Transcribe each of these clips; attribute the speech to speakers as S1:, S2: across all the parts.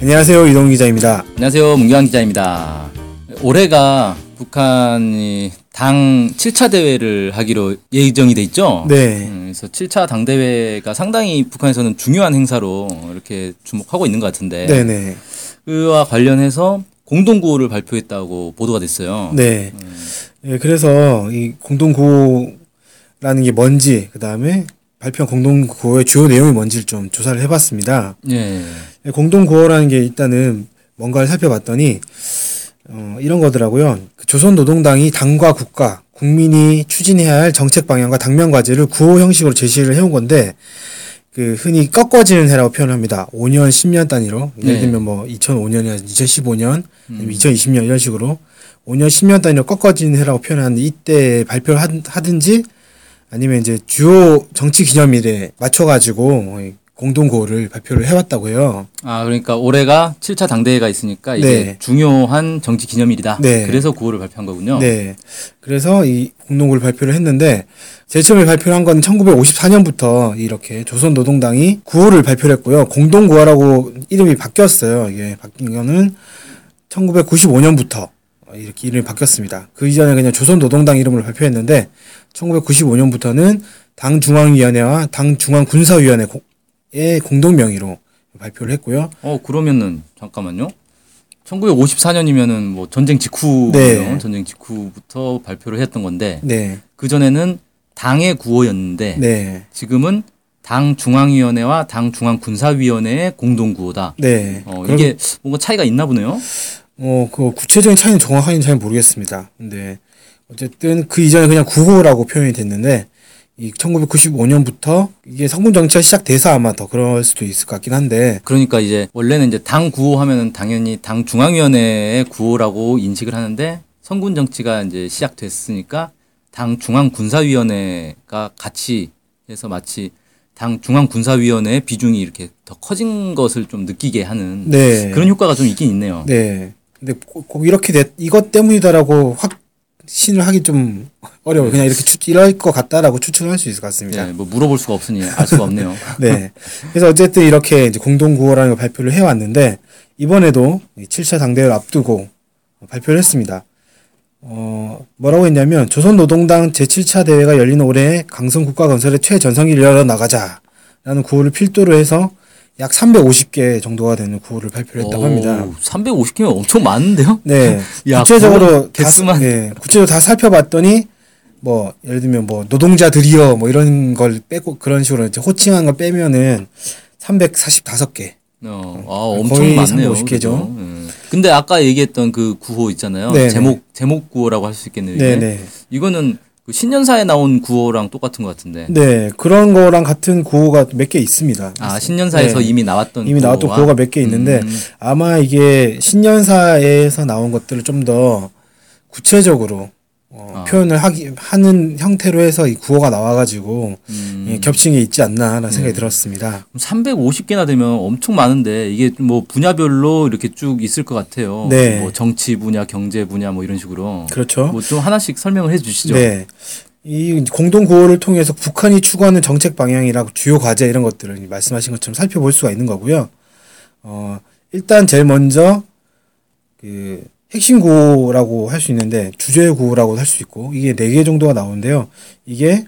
S1: 안녕하세요 이동 기자입니다.
S2: 안녕하세요. 문경환 기자입니다. 올해가 북한이 당 7차 대회를 하기로 예정이 돼 있죠?
S1: 네,
S2: 음, 그래서 7차 당대회가 상당히 북한에서는 중요한 행사로 이렇게 주목하고 있는 것 같은데
S1: 네, 네,
S2: 그와 관련해서 공동구호를 발표했다고 보도가 됐어요.
S1: 네. 예, 그래서 이 공동 구호라는 게 뭔지 그 다음에 발표한 공동 구호의 주요 내용이 뭔지를 좀 조사를 해봤습니다.
S2: 예.
S1: 예, 공동 구호라는 게 일단은 뭔가를 살펴봤더니 어, 이런 거더라고요. 그 조선노동당이 당과 국가, 국민이 추진해야 할 정책 방향과 당면 과제를 구호 형식으로 제시를 해온 건데 그 흔히 꺾어지는 해라고 표현합니다. 5년, 10년 단위로 예를
S2: 네.
S1: 들면 뭐 2005년이나 2015년, 2020년 이런 식으로 5년, 10년 단위로 꺾어지는 해라고 표현하는데 이때 발표를 하- 하든지 아니면 이제 주요 정치 기념일에 맞춰가지고 뭐 공동 구호를 발표를 해왔다고 해요.
S2: 아, 그러니까 올해가 7차 당대회가 있으니까 이게
S1: 네.
S2: 중요한 정치 기념일이다.
S1: 네.
S2: 그래서 구호를 발표한 거군요.
S1: 네. 그래서 이 공동구를 발표를 했는데 제일 처음에 발표를 한 건 1954년부터 이렇게 조선노동당이 구호를 발표를 했고요. 공동구호라고 이름이 바뀌었어요. 이게 바뀐 거는 1995년부터 이렇게 이름이 바뀌었습니다. 그 이전에 그냥 조선노동당 이름으로 발표했는데 1995년부터는 당 중앙위원회와 당 중앙군사위원회의 공동 명의로 발표를 했고요.
S2: 어 그러면은 잠깐만요. 1954년이면은 뭐 전쟁 직후 뭐
S1: 네.
S2: 전쟁 직후부터 발표를 했던 건데
S1: 네.
S2: 그 전에는 당의 구호였는데
S1: 네.
S2: 지금은 당 중앙위원회와 당 중앙군사위원회의 공동 구호다.
S1: 네.
S2: 어
S1: 그럼-
S2: 이게 뭔가 차이가 있나 보네요.
S1: 어, 그 구체적인 차이는 정확하게는 잘 모르겠습니다. 근데 어쨌든 그 이전에 그냥 구호라고 표현이 됐는데 이 1995년부터 이게 성군 정치가 시작돼서 아마 더 그럴 수도 있을 것 같긴 한데
S2: 그러니까 이제 원래는 이제 당 구호 하면은 당연히 당 중앙위원회의 구호라고 인식을 하는데 선군 정치가 이제 시작됐으니까 당 중앙군사위원회가 같이 해서 마치 당 중앙군사위원회의 비중이 이렇게 더 커진 것을 좀 느끼게 하는
S1: 네.
S2: 그런 효과가 좀 있긴 있네요.
S1: 네. 근데 꼭, 꼭 이렇게 됐, 이것 때문이다라고 확신을 하기 좀 어려워요. 그냥 이렇게 추, 이럴 것 같다라고 추측할 수 있을 것 같습니다.
S2: 네, 뭐 물어볼 수가 없으니 알 수가 없네요.
S1: 네. 그래서 어쨌든 이렇게 이제 공동구호라는 걸 발표를 해왔는데, 이번에도 이 7차 당대회를 앞두고 발표를 했습니다. 어, 뭐라고 했냐면, 조선노동당 제7차 대회가 열리는 올해 강성 국가 건설의 최전성기를 열어나가자. 라는 구호를 필두로 해서 약 350개 정도가 되는 구호를 발표를 했다고 합니다.
S2: 350개면 엄청 많은데요?
S1: 네.
S2: 야,
S1: 구체적으로 다,
S2: 개수만.
S1: 네, 구체적으로 다 살펴봤더니 뭐 예를 들면 뭐 노동자들이여 뭐 이런 걸 빼고 그런 식으로 이제 호칭한 걸 빼면은 345개.
S2: 어, 아, 엄청
S1: 네. 거의
S2: 많네요.
S1: 350
S2: 그죠?
S1: 개죠.
S2: 음. 근데 아까 얘기했던 그 구호 있잖아요.
S1: 네,
S2: 제목 제목 구호라고 할 수 있겠네요. 이게.
S1: 네, 네.
S2: 이거는 그 신년사에 나온 구호랑 똑같은 것 같은데.
S1: 네, 그런 거랑 같은 구호가 몇 개 있습니다.
S2: 아 신년사에서
S1: 네.
S2: 이미 나왔던
S1: 이미 나왔던
S2: 구호와?
S1: 구호가 몇 개 있는데
S2: 음.
S1: 아마 이게 신년사에서 나온 것들을 좀 더 구체적으로 어,
S2: 아.
S1: 표현을 하기 하는 형태로 해서 이 구호가 나와가지고
S2: 음. 네.
S1: 예, 겹친 게 있지 않나라는 생각이 들었습니다.
S2: 350개나 되면 엄청 많은데 이게 뭐 분야별로 이렇게 쭉 있을 것 같아요.
S1: 네.
S2: 뭐 정치 분야, 경제 분야 뭐 이런 식으로
S1: 그렇죠.
S2: 뭐 좀 하나씩 설명을 해주시죠.
S1: 네. 이 공동 구호를 통해서 북한이 추구하는 정책 방향이나 주요 과제 이런 것들을 말씀하신 것처럼 살펴볼 수가 있는 거고요. 어, 일단 제일 먼저 그 핵심 구호라고 할 수 있는데 주제 구호라고 할 수 있고 이게 네 개 정도가 나오는데요. 이게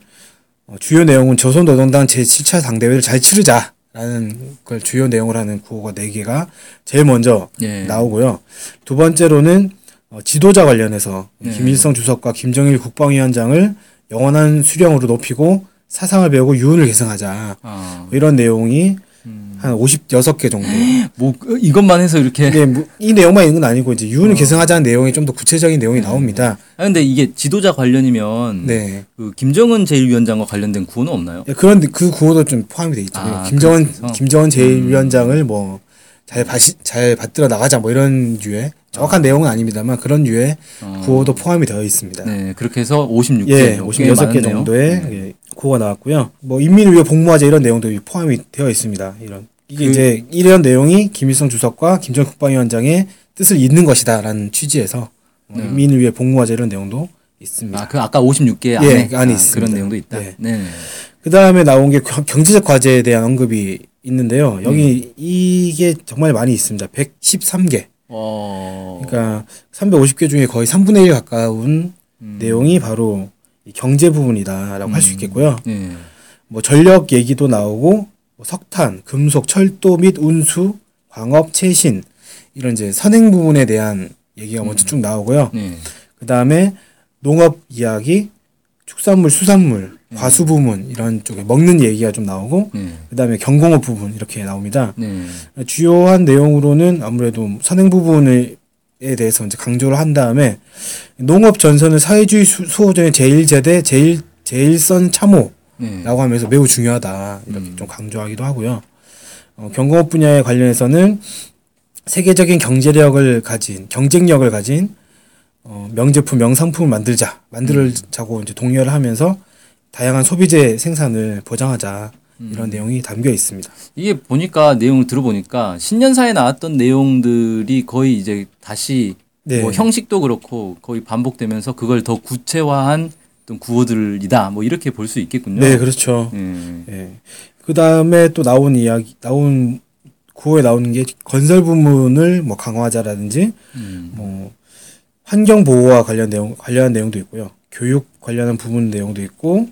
S1: 어, 주요 내용은 조선노동당 제7차 당대회를 잘 치르자라는 걸 주요 내용을 하는 구호가 네 개가 제일 먼저
S2: 예.
S1: 나오고요. 두 번째로는 어, 지도자 관련해서
S2: 네.
S1: 김일성 주석과 김정일 국방위원장을 영원한 수령으로 높이고 사상을 배우고 유운을 계승하자 뭐
S2: 아,
S1: 이런 내용이
S2: 음.
S1: 한 56개 정도.
S2: 뭐 이것만 해서 이렇게.
S1: 네, 뭐, 이 내용만 있는 건 아니고 이제
S2: 어.
S1: 유운을 계승하자는 내용이 좀 더 구체적인 내용이 나옵니다.
S2: 아 근데 이게 지도자 관련이면
S1: 네.
S2: 그 김정은 제1위원장과 관련된 구호는 없나요?
S1: 예, 그런 그 구호도 좀 포함이 돼 있죠.
S2: 아,
S1: 김정은
S2: 그래서? 음.
S1: 김정은 제1위원장을 뭐 잘 바시 잘 받들어 나가자 뭐 이런 류의 정확한 내용은 아닙니다만 그런 류의
S2: 어.
S1: 구호도 포함이 되어 있습니다.
S2: 네, 그렇게 해서 56개,
S1: 예,
S2: 꽤
S1: 56개
S2: 많았네요.
S1: 정도의 예, 구호가 나왔고요. 뭐 인민을 위해 복무하자 이런 내용도 포함이 되어 있습니다. 이런 이게
S2: 그-
S1: 이제 이런 내용이 김일성 주석과 김정일 국방위원장의 뜻을 잇는 것이다라는 취지에서 뭐 인민을 위해 복무하자 이런 내용도 있습니다.
S2: 네. 아, 그 아까 56개
S1: 예,
S2: 안에
S1: 그 안에
S2: 아,
S1: 있습니다.
S2: 그런 내용도 있다.
S1: 예.
S2: 네.
S1: 그 다음에 나온 게 경- 경제적 과제에 대한 언급이 있는데요.
S2: 음.
S1: 여기 이게 정말 많이 있습니다. 113개.
S2: 어.
S1: 그러니까 350개 중에 거의 3분의 1 가까운
S2: 음.
S1: 내용이 바로 이 경제 부분이다라고 할 수 있겠고요.
S2: 예.
S1: 뭐 전력 얘기도 나오고 뭐 석탄, 금속, 철도 및 운수, 광업, 최신 이런 이제 선행 부분에 대한 얘기가 먼저 쭉 나오고요.
S2: 예.
S1: 그 다음에 농업 이야기, 축산물, 수산물, 과수 부문 이런 쪽에 먹는 얘기가 좀 나오고
S2: 예.
S1: 그 다음에 경공업 부분 이렇게 나옵니다.
S2: 예.
S1: 주요한 내용으로는 아무래도 선행 부분에 대해서 이제 강조를 한 다음에 농업 전선은 사회주의 수- 수호전의 제1제대, 제1, 제1선 참호
S2: 예.
S1: 라고 하면서 매우 중요하다 이렇게 좀 강조하기도 하고요. 어, 경공업 분야에 관련해서는 세계적인 경제력을 가진 경쟁력을 가진 어, 명제품 명상품을 만들자 만들자고 이제 동요를 하면서 다양한 소비재 생산을 보장하자 이런 내용이 담겨 있습니다.
S2: 이게 보니까 내용을 들어보니까 신년사에 나왔던 내용들이 거의 이제 다시
S1: 네.
S2: 뭐 형식도 그렇고 거의 반복되면서 그걸 더 구체화한 어떤 구호들이다 뭐 이렇게 볼 수 있겠군요.
S1: 네 그렇죠.
S2: 예.
S1: 예. 그 다음에 또 나온 이야기 나온 구호에 나오는 게 건설 부문을 뭐 강화하자라든지
S2: 음.
S1: 뭐 환경 보호와 관련 내용 관련한 내용도 있고요. 교육 관련한 부분 내용도 있고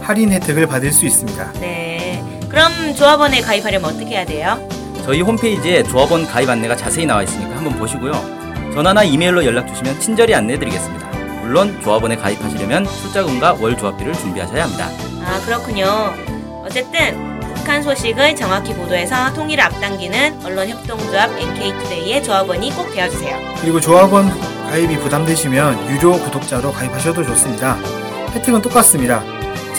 S1: 할인 혜택을 받을 수 있습니다.
S3: 네. 그럼 조합원에 가입하려면 어떻게 해야 돼요?
S2: 저희 홈페이지에 조합원 가입 안내가 자세히 나와 있으니까 한번 보시고요. 전화나 이메일로 연락 주시면 친절히 안내해드리겠습니다. 물론 조합원에 가입하시려면 출자금과 월 조합비를 준비하셔야 합니다.
S3: 아, 그렇군요. 어쨌든 북한 소식을 정확히 보도해서 통일을 앞당기는 언론 협동조합 NK투데이의 조합원이 꼭 되어주세요.
S1: 그리고 조합원 가입이 부담되시면 유료 구독자로 가입하셔도 좋습니다. 혜택은 똑같습니다.